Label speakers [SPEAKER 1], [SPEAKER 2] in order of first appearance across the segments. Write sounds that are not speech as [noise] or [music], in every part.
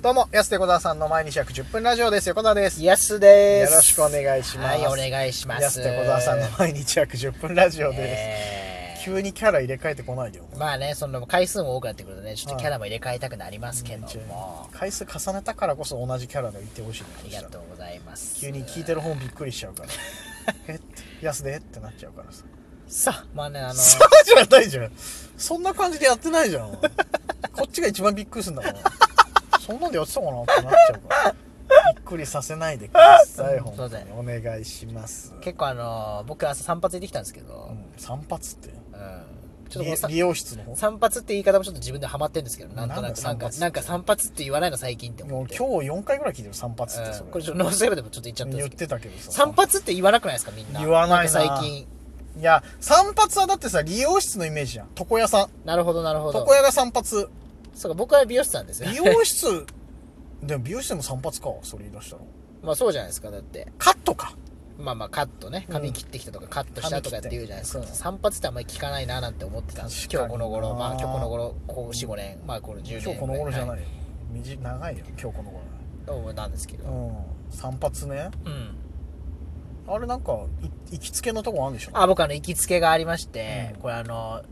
[SPEAKER 1] どうも、安手小沢さんの毎日約10分ラジオです。横田です。よ
[SPEAKER 2] やすで
[SPEAKER 1] ろ
[SPEAKER 2] す。
[SPEAKER 1] しくお願いします。
[SPEAKER 2] はい、お願いします。
[SPEAKER 1] 安手小沢さんの毎日約10分ラジオです。
[SPEAKER 2] えー
[SPEAKER 1] 急にキャラ入れ替えてこないでよ。
[SPEAKER 2] まあね、その回数も多くなってくるとね、ちょっと
[SPEAKER 1] はい
[SPEAKER 2] キャラも入れ替えたくなりますけども、
[SPEAKER 1] 回数重ねたからこそ同じキャラでいてほしいね
[SPEAKER 2] ありがとうございます。
[SPEAKER 1] 急に聞いてる本びっくりしちゃう [laughs] から。えって、安でってなっちゃうからさ。
[SPEAKER 2] さあ、まあね、あの、
[SPEAKER 1] そうじゃないじゃん。 [laughs] そんな感じでやってないじゃん。こっちが一番びっくりするんだから。そんなんでやってたかなってなっちゃうから。びっくりさせないでください、
[SPEAKER 2] うん
[SPEAKER 1] 本当に。お願いします。
[SPEAKER 2] 結構あの、僕朝散髪行ってきたんですけど、
[SPEAKER 1] う
[SPEAKER 2] うん
[SPEAKER 1] ん、散髪って。
[SPEAKER 2] ちょっともうさ
[SPEAKER 1] り利用室の方
[SPEAKER 2] 散髪って言い方もちょっと自分でハマってるんですけど、なんとなく
[SPEAKER 1] な
[SPEAKER 2] なん
[SPEAKER 1] だ散髪
[SPEAKER 2] んか
[SPEAKER 1] って、
[SPEAKER 2] なんか散髪って言わないの最近って
[SPEAKER 1] も
[SPEAKER 2] 思
[SPEAKER 1] う
[SPEAKER 2] って。
[SPEAKER 1] 今日4回ぐらい聞いてる散髪ってそ
[SPEAKER 2] うん
[SPEAKER 1] れ
[SPEAKER 2] これちょっとノーセーブでもちょっと言っちゃったんで
[SPEAKER 1] 言っ
[SPEAKER 2] すけど。
[SPEAKER 1] てたけどさ
[SPEAKER 2] 散髪って言わなくないですかみんな。
[SPEAKER 1] 言わないなん
[SPEAKER 2] か最近。
[SPEAKER 1] いや散髪はだってさ理容室のイメージじゃん床屋さん
[SPEAKER 2] なるほど、なるほど
[SPEAKER 1] 床。屋が散髪
[SPEAKER 2] そうか、僕は美容師さんですよ。
[SPEAKER 1] 美容室でも美容室でも散髪かそれ言い出したら
[SPEAKER 2] まあそうじゃないですかだって
[SPEAKER 1] カットか
[SPEAKER 2] まあまあカットね
[SPEAKER 1] うん
[SPEAKER 2] 髪切ってきたとかカットしたとかって言うじゃないですか、
[SPEAKER 1] 髪切って
[SPEAKER 2] 散髪ってあんまり聞かないななんて思ってたんです
[SPEAKER 1] 確かに
[SPEAKER 2] 今日この頃
[SPEAKER 1] な
[SPEAKER 2] まあ今日この頃こう45年まあこの10年
[SPEAKER 1] 今日この頃じゃないいよ、短い長いよ今日この
[SPEAKER 2] はいなんですけど、
[SPEAKER 1] 頃うん散髪ね
[SPEAKER 2] うん
[SPEAKER 1] あれなんかい行きつけのとこあるんでしょ
[SPEAKER 2] あ僕あの行きつけがありまして、
[SPEAKER 1] うん
[SPEAKER 2] これあの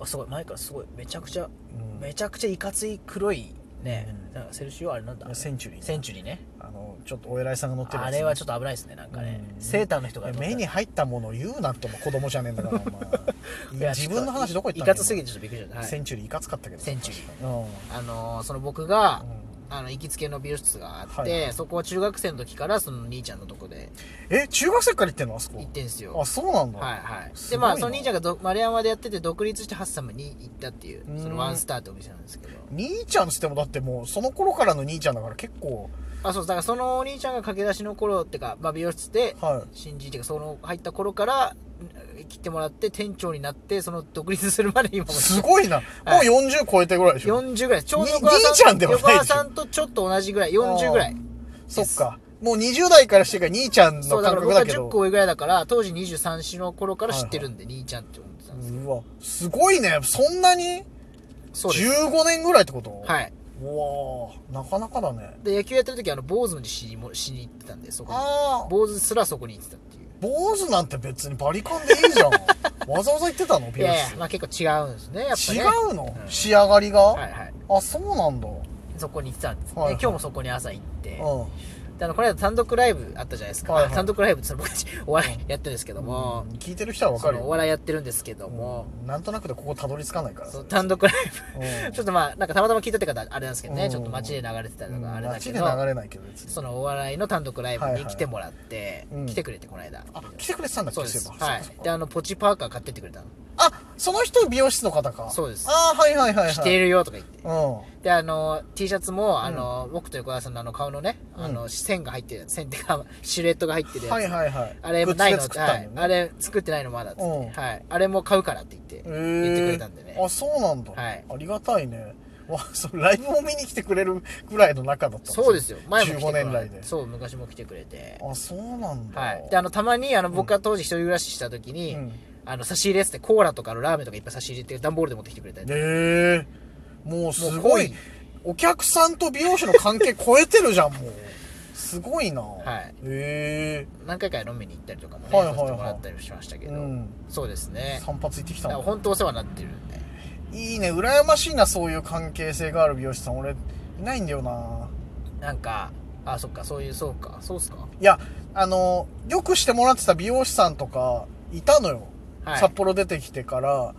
[SPEAKER 2] あすごい前からすごいめちゃくちゃ
[SPEAKER 1] うん
[SPEAKER 2] めちゃくちゃいかつい黒いね、
[SPEAKER 1] うん
[SPEAKER 2] なんかセルシオあれなんだ
[SPEAKER 1] センチュリーね
[SPEAKER 2] センチュリーね
[SPEAKER 1] あのちょっとお偉いさんが乗ってる
[SPEAKER 2] あれはちょっと危ないですねなんかね、
[SPEAKER 1] うん
[SPEAKER 2] セーターの人が乗ったら
[SPEAKER 1] 目に入ったものを言うなっても子供じゃねえんだからお
[SPEAKER 2] [laughs] い
[SPEAKER 1] 前
[SPEAKER 2] や
[SPEAKER 1] 自
[SPEAKER 2] ちょっと
[SPEAKER 1] 分の話どこ行った
[SPEAKER 2] い
[SPEAKER 1] の
[SPEAKER 2] かつすぎてちょっとびっくりしちゃった、はい
[SPEAKER 1] センチュリーいかつかったけど
[SPEAKER 2] センチュリー
[SPEAKER 1] ーうん
[SPEAKER 2] あのーその僕が、
[SPEAKER 1] う
[SPEAKER 2] あの行きつけの美容室があって、
[SPEAKER 1] はいはい
[SPEAKER 2] そこは中学生の時からその兄ちゃんのとこで
[SPEAKER 1] え中学生から行ってんのあそこ
[SPEAKER 2] 行ってんすよ
[SPEAKER 1] あそうなんだ、
[SPEAKER 2] はいはい
[SPEAKER 1] すご
[SPEAKER 2] で
[SPEAKER 1] いな
[SPEAKER 2] まあその兄ちゃんがど丸山でやってて独立してハッサムに行ったっていう
[SPEAKER 1] うん
[SPEAKER 2] そのワンスターってお店なんですけど
[SPEAKER 1] 兄ちゃんっつってもだってもうその頃からの兄ちゃんだから結構
[SPEAKER 2] あそうだからそのお兄ちゃんが駆け出しの頃ってか、まあ、美容室で
[SPEAKER 1] は
[SPEAKER 2] 新人っていうかその入った頃からうん切ってもらって店長になってその独立するまで今
[SPEAKER 1] い
[SPEAKER 2] も
[SPEAKER 1] すごいな、
[SPEAKER 2] はい
[SPEAKER 1] もう40超えてぐらいでしょ
[SPEAKER 2] 40ぐらいちょうど
[SPEAKER 1] に
[SPEAKER 2] 横川
[SPEAKER 1] 兄ちゃ
[SPEAKER 2] さ
[SPEAKER 1] ん
[SPEAKER 2] ん
[SPEAKER 1] ではない
[SPEAKER 2] 横
[SPEAKER 1] でしょ
[SPEAKER 2] 川さんとちょっと同じぐらい40ぐらい
[SPEAKER 1] そっかもう20代からしてから兄ちゃん
[SPEAKER 2] そ
[SPEAKER 1] の
[SPEAKER 2] うだ
[SPEAKER 1] 感
[SPEAKER 2] から
[SPEAKER 1] 覚
[SPEAKER 2] 僕
[SPEAKER 1] だ
[SPEAKER 2] は
[SPEAKER 1] けど
[SPEAKER 2] 10個上ぐらいだから当時23歳の頃から知ってるんで、兄ちゃんって思ってたんです
[SPEAKER 1] うわすごいねそんなに
[SPEAKER 2] そうです
[SPEAKER 1] 15年ぐらいってことい
[SPEAKER 2] はい。
[SPEAKER 1] うわーなかなかだね
[SPEAKER 2] で、野球やってる時、あの、坊主のしにも、しに行ってたんで、そこに。
[SPEAKER 1] ああ
[SPEAKER 2] 坊主すらそこに行ってたっていう。
[SPEAKER 1] 坊主なんて別にバリカンでいい
[SPEAKER 2] [laughs]
[SPEAKER 1] じゃんわざわざ言ってたの
[SPEAKER 2] い
[SPEAKER 1] 美容
[SPEAKER 2] やいや、
[SPEAKER 1] 室
[SPEAKER 2] まあ結構違うんですね、やっぱね。
[SPEAKER 1] 違うの、
[SPEAKER 2] うん
[SPEAKER 1] 仕上がりが、
[SPEAKER 2] はいはい。
[SPEAKER 1] あそうなんだ
[SPEAKER 2] そこに行ってたんです。
[SPEAKER 1] はいはい
[SPEAKER 2] で、今日もそこに朝行って。
[SPEAKER 1] うん
[SPEAKER 2] であの、この間単独ライブあったじゃないですか。
[SPEAKER 1] はいはい
[SPEAKER 2] 単独ライブってその僕たちお笑いやってるんですけども、
[SPEAKER 1] うん聞いてる人はわか
[SPEAKER 2] そ
[SPEAKER 1] るよ
[SPEAKER 2] のお笑いやってるんですけども、
[SPEAKER 1] うんなんとなくでここたどり着かないから
[SPEAKER 2] そ
[SPEAKER 1] さ
[SPEAKER 2] の単独ライ
[SPEAKER 1] うん
[SPEAKER 2] ブ、ちょっとまあ、なんかたまたま聞いたって方あれなんですけど
[SPEAKER 1] う
[SPEAKER 2] ね、
[SPEAKER 1] ん
[SPEAKER 2] ちょっと街で流れてたりとかあれだけ
[SPEAKER 1] 街で
[SPEAKER 2] ど、
[SPEAKER 1] 流れないけど別に
[SPEAKER 2] そのお笑いの単独ライブ
[SPEAKER 1] はい
[SPEAKER 2] に
[SPEAKER 1] はい
[SPEAKER 2] 来てもらって、
[SPEAKER 1] うん
[SPEAKER 2] 来てくれてこの間。
[SPEAKER 1] あ来てくれてたんだっけ
[SPEAKER 2] そうです。
[SPEAKER 1] そういえば
[SPEAKER 2] はい
[SPEAKER 1] そうか。
[SPEAKER 2] で、あの、ポチパーカー買ってってくれたの。
[SPEAKER 1] そうかあその人美容室の方か
[SPEAKER 2] そうです
[SPEAKER 1] ああはいはいはいはい
[SPEAKER 2] 着ているよとか言って。
[SPEAKER 1] うんは
[SPEAKER 2] で、あの、T シャツも、あの、僕と横田さんのあの顔のね、あ
[SPEAKER 1] う
[SPEAKER 2] の、線が入ってる、線っていうか、シルエットが入ってる
[SPEAKER 1] い
[SPEAKER 2] やつ。
[SPEAKER 1] はいはい
[SPEAKER 2] あれ
[SPEAKER 1] グ
[SPEAKER 2] も
[SPEAKER 1] ッ
[SPEAKER 2] ない
[SPEAKER 1] ズ
[SPEAKER 2] の
[SPEAKER 1] で作っ
[SPEAKER 2] は
[SPEAKER 1] たん
[SPEAKER 2] い
[SPEAKER 1] よ。ね
[SPEAKER 2] あれ作ってないのまだっつって、
[SPEAKER 1] うん
[SPEAKER 2] はい。あれも買うからって言って、
[SPEAKER 1] え
[SPEAKER 2] 言ってくれたんでね。
[SPEAKER 1] あそうなんだ
[SPEAKER 2] はい
[SPEAKER 1] ありがたいねわそのライブも見に来てくれるぐらいの仲だったん
[SPEAKER 2] そうですよ。前も来てく
[SPEAKER 1] 15
[SPEAKER 2] れ
[SPEAKER 1] 年来で
[SPEAKER 2] そう、昔も来てくれて。
[SPEAKER 1] あそうなんだ
[SPEAKER 2] はい。で、あの、たまに、あの、僕が当時一人暮らしした時に、
[SPEAKER 1] うん
[SPEAKER 2] あの、差し入れっつって、コーラとかのラーメンとかいっぱい差し入れて、段ボールで持ってきてくれたりとか
[SPEAKER 1] ええもうす
[SPEAKER 2] もう
[SPEAKER 1] ご
[SPEAKER 2] 濃
[SPEAKER 1] い
[SPEAKER 2] い
[SPEAKER 1] お客さんと美容師の関係超えてるじゃんもうすごいな、
[SPEAKER 2] はい
[SPEAKER 1] え
[SPEAKER 2] 何回か飲みに行ったりとかもね、
[SPEAKER 1] はいはいはい
[SPEAKER 2] させてもらったりもしましたけ
[SPEAKER 1] え
[SPEAKER 2] ど、
[SPEAKER 1] うん
[SPEAKER 2] そうですね
[SPEAKER 1] 散髪行ってきた
[SPEAKER 2] だから
[SPEAKER 1] の
[SPEAKER 2] 本当お世話になってるんで
[SPEAKER 1] いいね羨ましいなそういう関係性がある美容師さん俺いないんだよな
[SPEAKER 2] なんかあそっかそういうそうかそうっすか
[SPEAKER 1] いやあのよくしてもらってた美容師さんとかいたのよ、
[SPEAKER 2] はい
[SPEAKER 1] 札幌出てきてから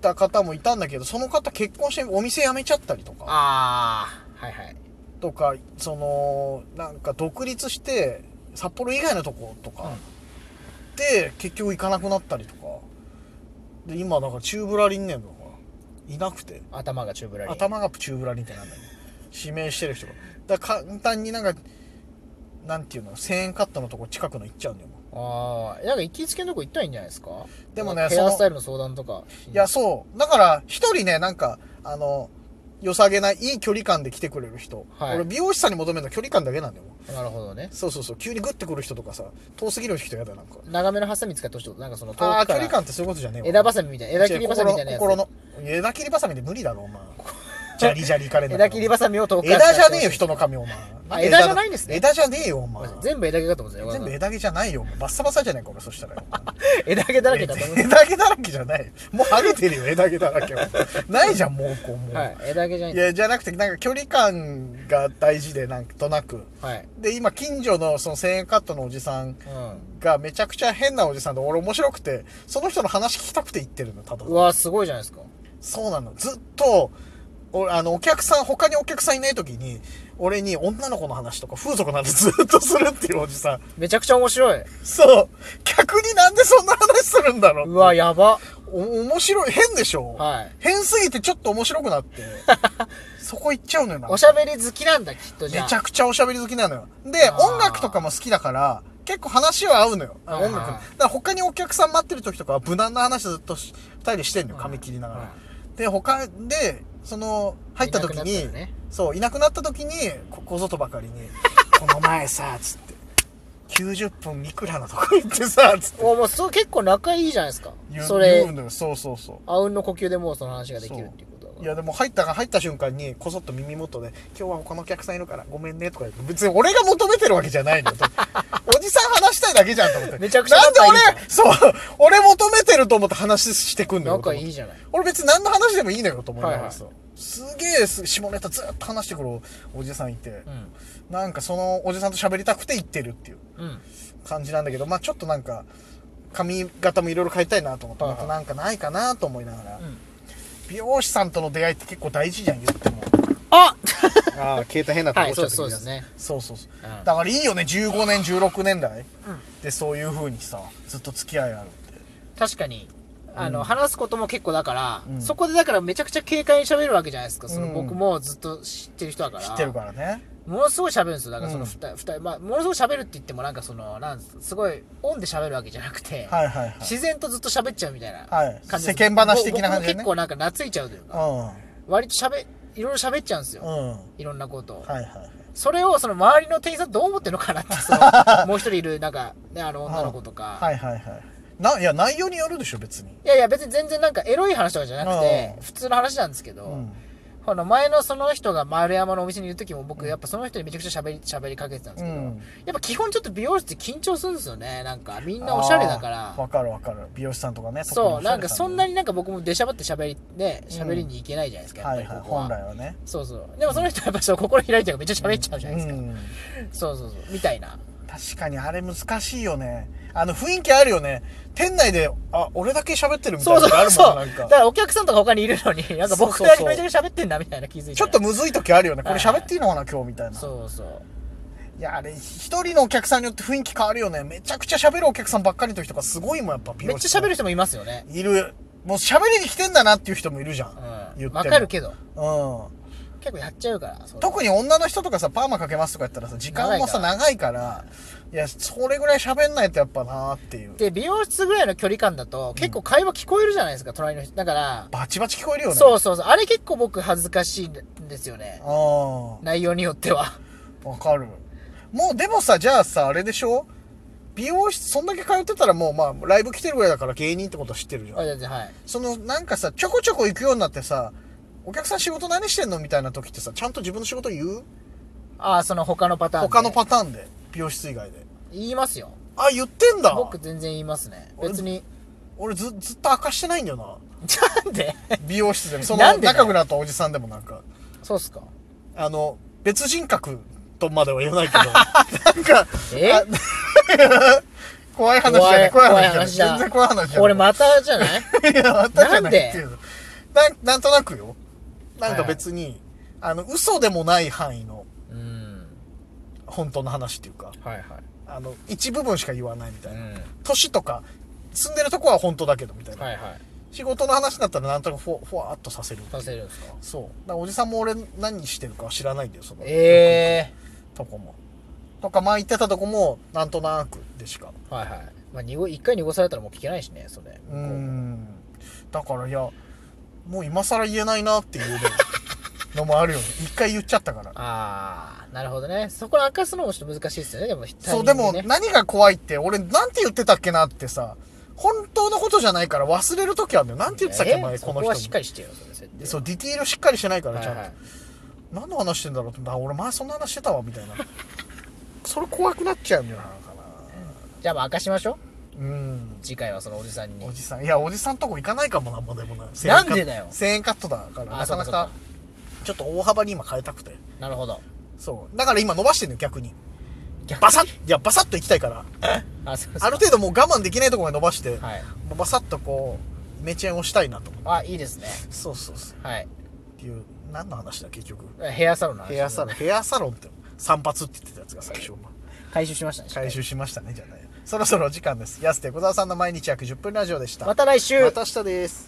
[SPEAKER 1] た方もいたんだけどその方結婚してお店辞めちゃったりとか
[SPEAKER 2] ああはいはい
[SPEAKER 1] とかそのなんか独立して札幌以外のとことか、で結局行かなくなったりとかで今だからチューブラリンねんのがいなくて
[SPEAKER 2] 頭がチューブラリン
[SPEAKER 1] 頭がチューブラリンってなんだよ指名してる人がだから簡単になんかなんていうの1000円カットのとこ近くの行っちゃうんだよも
[SPEAKER 2] ああなんか行きつけのとこ行ったらいいんじゃないですか
[SPEAKER 1] でもね
[SPEAKER 2] なんか
[SPEAKER 1] そ
[SPEAKER 2] ヘ
[SPEAKER 1] の
[SPEAKER 2] アスタイルの相談とか
[SPEAKER 1] ういやそうだから一人ねなんかあの良さげないい距離感で来てくれる人、
[SPEAKER 2] はい
[SPEAKER 1] 俺美容師さんに求めるのは距離感だけなんだよもう
[SPEAKER 2] なるほどね
[SPEAKER 1] そうそうそう急にグッてくる人とかさ遠すぎる人やだなんか
[SPEAKER 2] 長めのハサミ使ってほしいってことなんかその遠
[SPEAKER 1] ああー距
[SPEAKER 2] くか
[SPEAKER 1] 離
[SPEAKER 2] ら
[SPEAKER 1] 感ってそういうことじゃねえわ
[SPEAKER 2] 枝バサミみたいな枝切りバサミみたいなやつ [laughs]
[SPEAKER 1] 心の心の枝切りバサミで無理だろお前じゃりじゃりいかれんだ
[SPEAKER 2] 枝切りばさみを遠くから使っ
[SPEAKER 1] 枝
[SPEAKER 2] て
[SPEAKER 1] じゃねえよ、人の髪、お前。
[SPEAKER 2] あ枝じゃないんですね
[SPEAKER 1] 枝じゃねえよ、お前。
[SPEAKER 2] 全部枝毛かと思ってたよ
[SPEAKER 1] 全部枝毛じゃないよ、お前バッサバサじゃねえか、俺、そしたらよ。
[SPEAKER 2] 枝毛だらけだと思 [laughs] って
[SPEAKER 1] [laughs] 枝毛だらけじゃない。もうハげてるよ、枝毛だら
[SPEAKER 2] [laughs]
[SPEAKER 1] けは。ないじゃん、もう、こう、もう。
[SPEAKER 2] たはい枝毛じゃないい
[SPEAKER 1] や、じゃなくて、なんか距離感が大事で、なんとなく。
[SPEAKER 2] はい
[SPEAKER 1] で、今、近所のその1000円カットのおじさん
[SPEAKER 2] う
[SPEAKER 1] がめちゃくちゃ変なおじさんで、俺面白くて、その人の話聞きたくて行ってるの、ただ
[SPEAKER 2] んう。わすごいじゃないですか
[SPEAKER 1] そうなの。ずっと、俺、あの、お客さん、他にお客さんいない時に、俺に女の子の話とか風俗の話ずっとするっていうおじさん。
[SPEAKER 2] めちゃくちゃ面白い
[SPEAKER 1] そう。客になんでそんな話するんだろう。
[SPEAKER 2] うわやば
[SPEAKER 1] お面白い、変でしょ、
[SPEAKER 2] はい
[SPEAKER 1] 変すぎてちょっと面白くな
[SPEAKER 2] [laughs]
[SPEAKER 1] って。そこ行っちゃうのよな。
[SPEAKER 2] おしゃべり好きなんだきっとじ
[SPEAKER 1] め
[SPEAKER 2] ゃ
[SPEAKER 1] ちゃ
[SPEAKER 2] あ
[SPEAKER 1] くちゃおしゃべり好きなのよ。で、
[SPEAKER 2] あー
[SPEAKER 1] 音楽とかも好きだから、結構話は合うのよ。
[SPEAKER 2] はいはい
[SPEAKER 1] 音楽の。だから他にお客さん待ってる時とかは無難な話ずっとし二人でしてんのよ。髪切りなが
[SPEAKER 2] は
[SPEAKER 1] ら。で、他で、その、入った時に
[SPEAKER 2] いなくなったらね
[SPEAKER 1] そう、いなくなった時に、ここぞとばか
[SPEAKER 2] [laughs]
[SPEAKER 1] りに、この前さ、つって、90分いくらのとこ行ってさ、つって
[SPEAKER 2] おもうそう結構仲いいじゃないですか
[SPEAKER 1] 言う
[SPEAKER 2] そ
[SPEAKER 1] 言う
[SPEAKER 2] れ
[SPEAKER 1] のよ。そうそうそう。
[SPEAKER 2] あうんの呼吸でもうその話ができるっていうことだ
[SPEAKER 1] い
[SPEAKER 2] から
[SPEAKER 1] やでも入ったが入った瞬間にこそっと耳元で「今日は他のお客さんいるからごめんね」とか言って別に俺が求めてるわけじゃないのよ [laughs] おじさん話したいだけじゃんと思って
[SPEAKER 2] めちゃくちゃ
[SPEAKER 1] なんで
[SPEAKER 2] 仲いい
[SPEAKER 1] 俺
[SPEAKER 2] じゃん
[SPEAKER 1] そう俺求めてると思って話してくんのよ
[SPEAKER 2] 仲
[SPEAKER 1] と
[SPEAKER 2] い
[SPEAKER 1] 思っ
[SPEAKER 2] い
[SPEAKER 1] て
[SPEAKER 2] じゃない
[SPEAKER 1] 俺別に何の話でもいいのよと思いなが
[SPEAKER 2] はいは
[SPEAKER 1] ら
[SPEAKER 2] い
[SPEAKER 1] さすげえす下ネタずっと話してくるおじさんいて、
[SPEAKER 2] う
[SPEAKER 1] なんかそのおじさんと喋りたくて行ってるっていうん
[SPEAKER 2] うん
[SPEAKER 1] 感じなんだけどまあちょっとなんか髪型もいろいろ変えたいなと思って
[SPEAKER 2] はい
[SPEAKER 1] ま
[SPEAKER 2] はい
[SPEAKER 1] たなんかないかなと思いながら、
[SPEAKER 2] ん
[SPEAKER 1] 美容師さんとの出会いって結構大事じゃん言っても
[SPEAKER 2] あ
[SPEAKER 1] ああ携帯変な
[SPEAKER 2] はい
[SPEAKER 1] 落ちゃった
[SPEAKER 2] そうですそうですね
[SPEAKER 1] そうそうそう、
[SPEAKER 2] うん
[SPEAKER 1] だからいいよね15年16年代、でそういう風にさずっと付き合いあるって
[SPEAKER 2] 確かにあの、話すことも結構だから、
[SPEAKER 1] うん
[SPEAKER 2] そこでだからめちゃくちゃ軽快に喋るわけじゃないですか。その
[SPEAKER 1] うん
[SPEAKER 2] 僕もずっと知ってる人だから。
[SPEAKER 1] 知ってるからね
[SPEAKER 2] ものすごい喋るんですよ。だからその
[SPEAKER 1] うん
[SPEAKER 2] 二人、二人、まあ、ものすごい喋るって言ってもなんかその、なんすすごい、オンで喋るわけじゃなくて、
[SPEAKER 1] はいはいはい
[SPEAKER 2] 自然とずっと喋っちゃうみたいな
[SPEAKER 1] はい
[SPEAKER 2] 感じ、
[SPEAKER 1] 世間話的な感じでね
[SPEAKER 2] 僕も結構なんか懐いちゃうというか、
[SPEAKER 1] う
[SPEAKER 2] 割と喋、いろいろ喋っちゃうんですよ。
[SPEAKER 1] んうんはい
[SPEAKER 2] ろんなことを。
[SPEAKER 1] いはいはい
[SPEAKER 2] それをその周りの店員さんどう思ってるのかなって、その、もう一人いる、なんか、ね、あの女の子とか、
[SPEAKER 1] はいはいはいないや内容によるでしょ別に
[SPEAKER 2] いやいや別に全然なんかエロい話とかじゃなくて
[SPEAKER 1] うん
[SPEAKER 2] 普通の話なんですけど、
[SPEAKER 1] うん
[SPEAKER 2] この前のその人が丸山のお店にいる時も僕やっぱその人にめちゃくちゃ喋り喋りかけてたんですけど、
[SPEAKER 1] うん
[SPEAKER 2] やっぱ基本ちょっと美容室って緊張するんですよねなんかみんなおしゃれだか
[SPEAKER 1] あ
[SPEAKER 2] ら
[SPEAKER 1] ーわかるわかる美容師さんとかね
[SPEAKER 2] そうなんかそんな
[SPEAKER 1] に
[SPEAKER 2] になんか僕も出しゃばって喋りね喋りに行けないじゃないですか、
[SPEAKER 1] はい
[SPEAKER 2] やっぱ
[SPEAKER 1] はい
[SPEAKER 2] りここは、
[SPEAKER 1] 本来はね
[SPEAKER 2] そうそうでもその人はやっぱそう心開いてるからめっちゃ喋っちゃうじゃないですか、
[SPEAKER 1] うん
[SPEAKER 2] そうそうそうみたいな
[SPEAKER 1] 確かにあれ難しいよねあの雰囲気あるよね店内であ俺だけ喋ってるみたいな
[SPEAKER 2] そうそ
[SPEAKER 1] のがあ
[SPEAKER 2] う
[SPEAKER 1] る
[SPEAKER 2] そ
[SPEAKER 1] も
[SPEAKER 2] うん
[SPEAKER 1] なん
[SPEAKER 2] だ
[SPEAKER 1] か
[SPEAKER 2] からお客さんとか他にいるのになんか僕だけめちゃくちゃ喋ってんなみたいな気づいて
[SPEAKER 1] ちょっとむずい時あるよねこれ喋っていいのかな今日みたいな
[SPEAKER 2] そうそう
[SPEAKER 1] いやあれ一人のお客さんによって雰囲気変わるよねめちゃくちゃ喋るお客さんばっかりの時とかすごいもんやっぱ
[SPEAKER 2] めっちゃ喋
[SPEAKER 1] る
[SPEAKER 2] る人もいますよね。
[SPEAKER 1] いるもう喋りに来てんだなっていう人もいるじゃん、
[SPEAKER 2] う
[SPEAKER 1] 言って
[SPEAKER 2] ん。
[SPEAKER 1] も
[SPEAKER 2] わかるけど。
[SPEAKER 1] うん
[SPEAKER 2] 結構やっちゃうから。そう
[SPEAKER 1] 特に女の人とかさパーマかけますとか言ったらさ時間もさ長いからいやそれぐらい喋んないとやっぱなーっていう
[SPEAKER 2] で、美容室ぐらいの距離感だと、結構会話聞こえるじゃないですか、隣の人。だから、
[SPEAKER 1] バチバチ聞こえるよね
[SPEAKER 2] そうそうそう。あれ結構僕恥ずかしいんですよね。
[SPEAKER 1] あ
[SPEAKER 2] 内容によっては。 [laughs]
[SPEAKER 1] あわかるもうでもさじゃあさあれでしょ美容室そんだけ通ってたらもうまあライブ来てるぐらいだから芸人ってことは知ってるじゃ
[SPEAKER 2] あ
[SPEAKER 1] ん
[SPEAKER 2] だってはい。
[SPEAKER 1] そのなんかさちょこちょこ行くようになってさお客さん仕事何してんのみたいな時ってさちゃんと自分の仕事言う
[SPEAKER 2] ああ、その他のパターンで。
[SPEAKER 1] 他のパターンで美容室以外で
[SPEAKER 2] 言いますよ。
[SPEAKER 1] あ言ってんだ
[SPEAKER 2] 僕全然言いますね。
[SPEAKER 1] 俺
[SPEAKER 2] 別に。 [laughs]
[SPEAKER 1] 俺ずずっと明かしてないんだよ [laughs] な
[SPEAKER 2] なんで
[SPEAKER 1] 美容室でもそ
[SPEAKER 2] な
[SPEAKER 1] の
[SPEAKER 2] んでだよ
[SPEAKER 1] 仲良くなったおじさんでもなんか
[SPEAKER 2] そうっすか。
[SPEAKER 1] あの別人格とまでは言わないけ [laughs] どなんか
[SPEAKER 2] え
[SPEAKER 1] あ怖い話じゃない怖い話じゃない全然怖い話じゃない
[SPEAKER 2] これまたじ
[SPEAKER 1] [laughs]
[SPEAKER 2] ゃない
[SPEAKER 1] いやまたじゃないっていうのなんなんとなくよなんか別に、あの嘘でもない範囲の
[SPEAKER 2] うん。
[SPEAKER 1] 本当の話っていうか
[SPEAKER 2] はいはい。
[SPEAKER 1] あの一部分しか言わないみたいうな、
[SPEAKER 2] ん。
[SPEAKER 1] 年とか住んでるとこは本当だけどみたいな、
[SPEAKER 2] はいはい。
[SPEAKER 1] 仕事の話だったらなんとなくふわふわっとさせる
[SPEAKER 2] させるんですか
[SPEAKER 1] そうだからおじさんも俺何してるかは知らないんだよその
[SPEAKER 2] ええ
[SPEAKER 1] とこもとか前言ってたとこもなんとなくでしか
[SPEAKER 2] はいはい。まあ、濁一回濁されたらもう聞けないしね、それ。
[SPEAKER 1] うーんだからいやもう今更言えないなっていうねのもあるよね一回言っちゃったから
[SPEAKER 2] ああ、なるほどね。そこで明かすのもちょっと難しいですよね、でも、
[SPEAKER 1] そうで
[SPEAKER 2] タイミン
[SPEAKER 1] も
[SPEAKER 2] グね
[SPEAKER 1] 何が怖いって俺なんて言ってたっけなってさ本当のことじゃないから忘れる時あるんだよなんて言ってたっけ前こ
[SPEAKER 2] そ
[SPEAKER 1] の
[SPEAKER 2] こ
[SPEAKER 1] 人
[SPEAKER 2] は
[SPEAKER 1] に
[SPEAKER 2] しっかりしてよそれ設定
[SPEAKER 1] そうディティールしっかりしてないから
[SPEAKER 2] はい
[SPEAKER 1] ちゃんと、
[SPEAKER 2] はい
[SPEAKER 1] 何の話してんだろうと思ってあ俺前そんな話してたわみたいなそれ怖くなっちゃうんじゃないか
[SPEAKER 2] じゃあまあ明かしましょ
[SPEAKER 1] なうん
[SPEAKER 2] う次回はそのおじさんに
[SPEAKER 1] おじさんいやおじさんとこ行かないかもなんもでもない
[SPEAKER 2] なんでだよ
[SPEAKER 1] 1000円カットだからな
[SPEAKER 2] そ
[SPEAKER 1] かな
[SPEAKER 2] うそう
[SPEAKER 1] かちょっと大幅に今変えたくて
[SPEAKER 2] なるほど
[SPEAKER 1] そうだから今伸ばしてんのよ逆に
[SPEAKER 2] 逆
[SPEAKER 1] バサッいやバサッと行きたいから
[SPEAKER 2] あそう
[SPEAKER 1] ある程度もう我慢できないところまで伸ばして、
[SPEAKER 2] はい
[SPEAKER 1] もうバサッとこうメチェンをしたいなと思って
[SPEAKER 2] あいいですね
[SPEAKER 1] そうそうそう
[SPEAKER 2] はい
[SPEAKER 1] っていう何の話だ結局
[SPEAKER 2] ヘアサロンの話
[SPEAKER 1] ヘアサロンヘアサロンって散髪って言ってたやつが最初まあ
[SPEAKER 2] [laughs] 回収しましたね
[SPEAKER 1] 回収しましたねじゃないそろそろお時間です安手小沢さんの毎日約10分ラジオでした
[SPEAKER 2] また来週
[SPEAKER 1] また明日です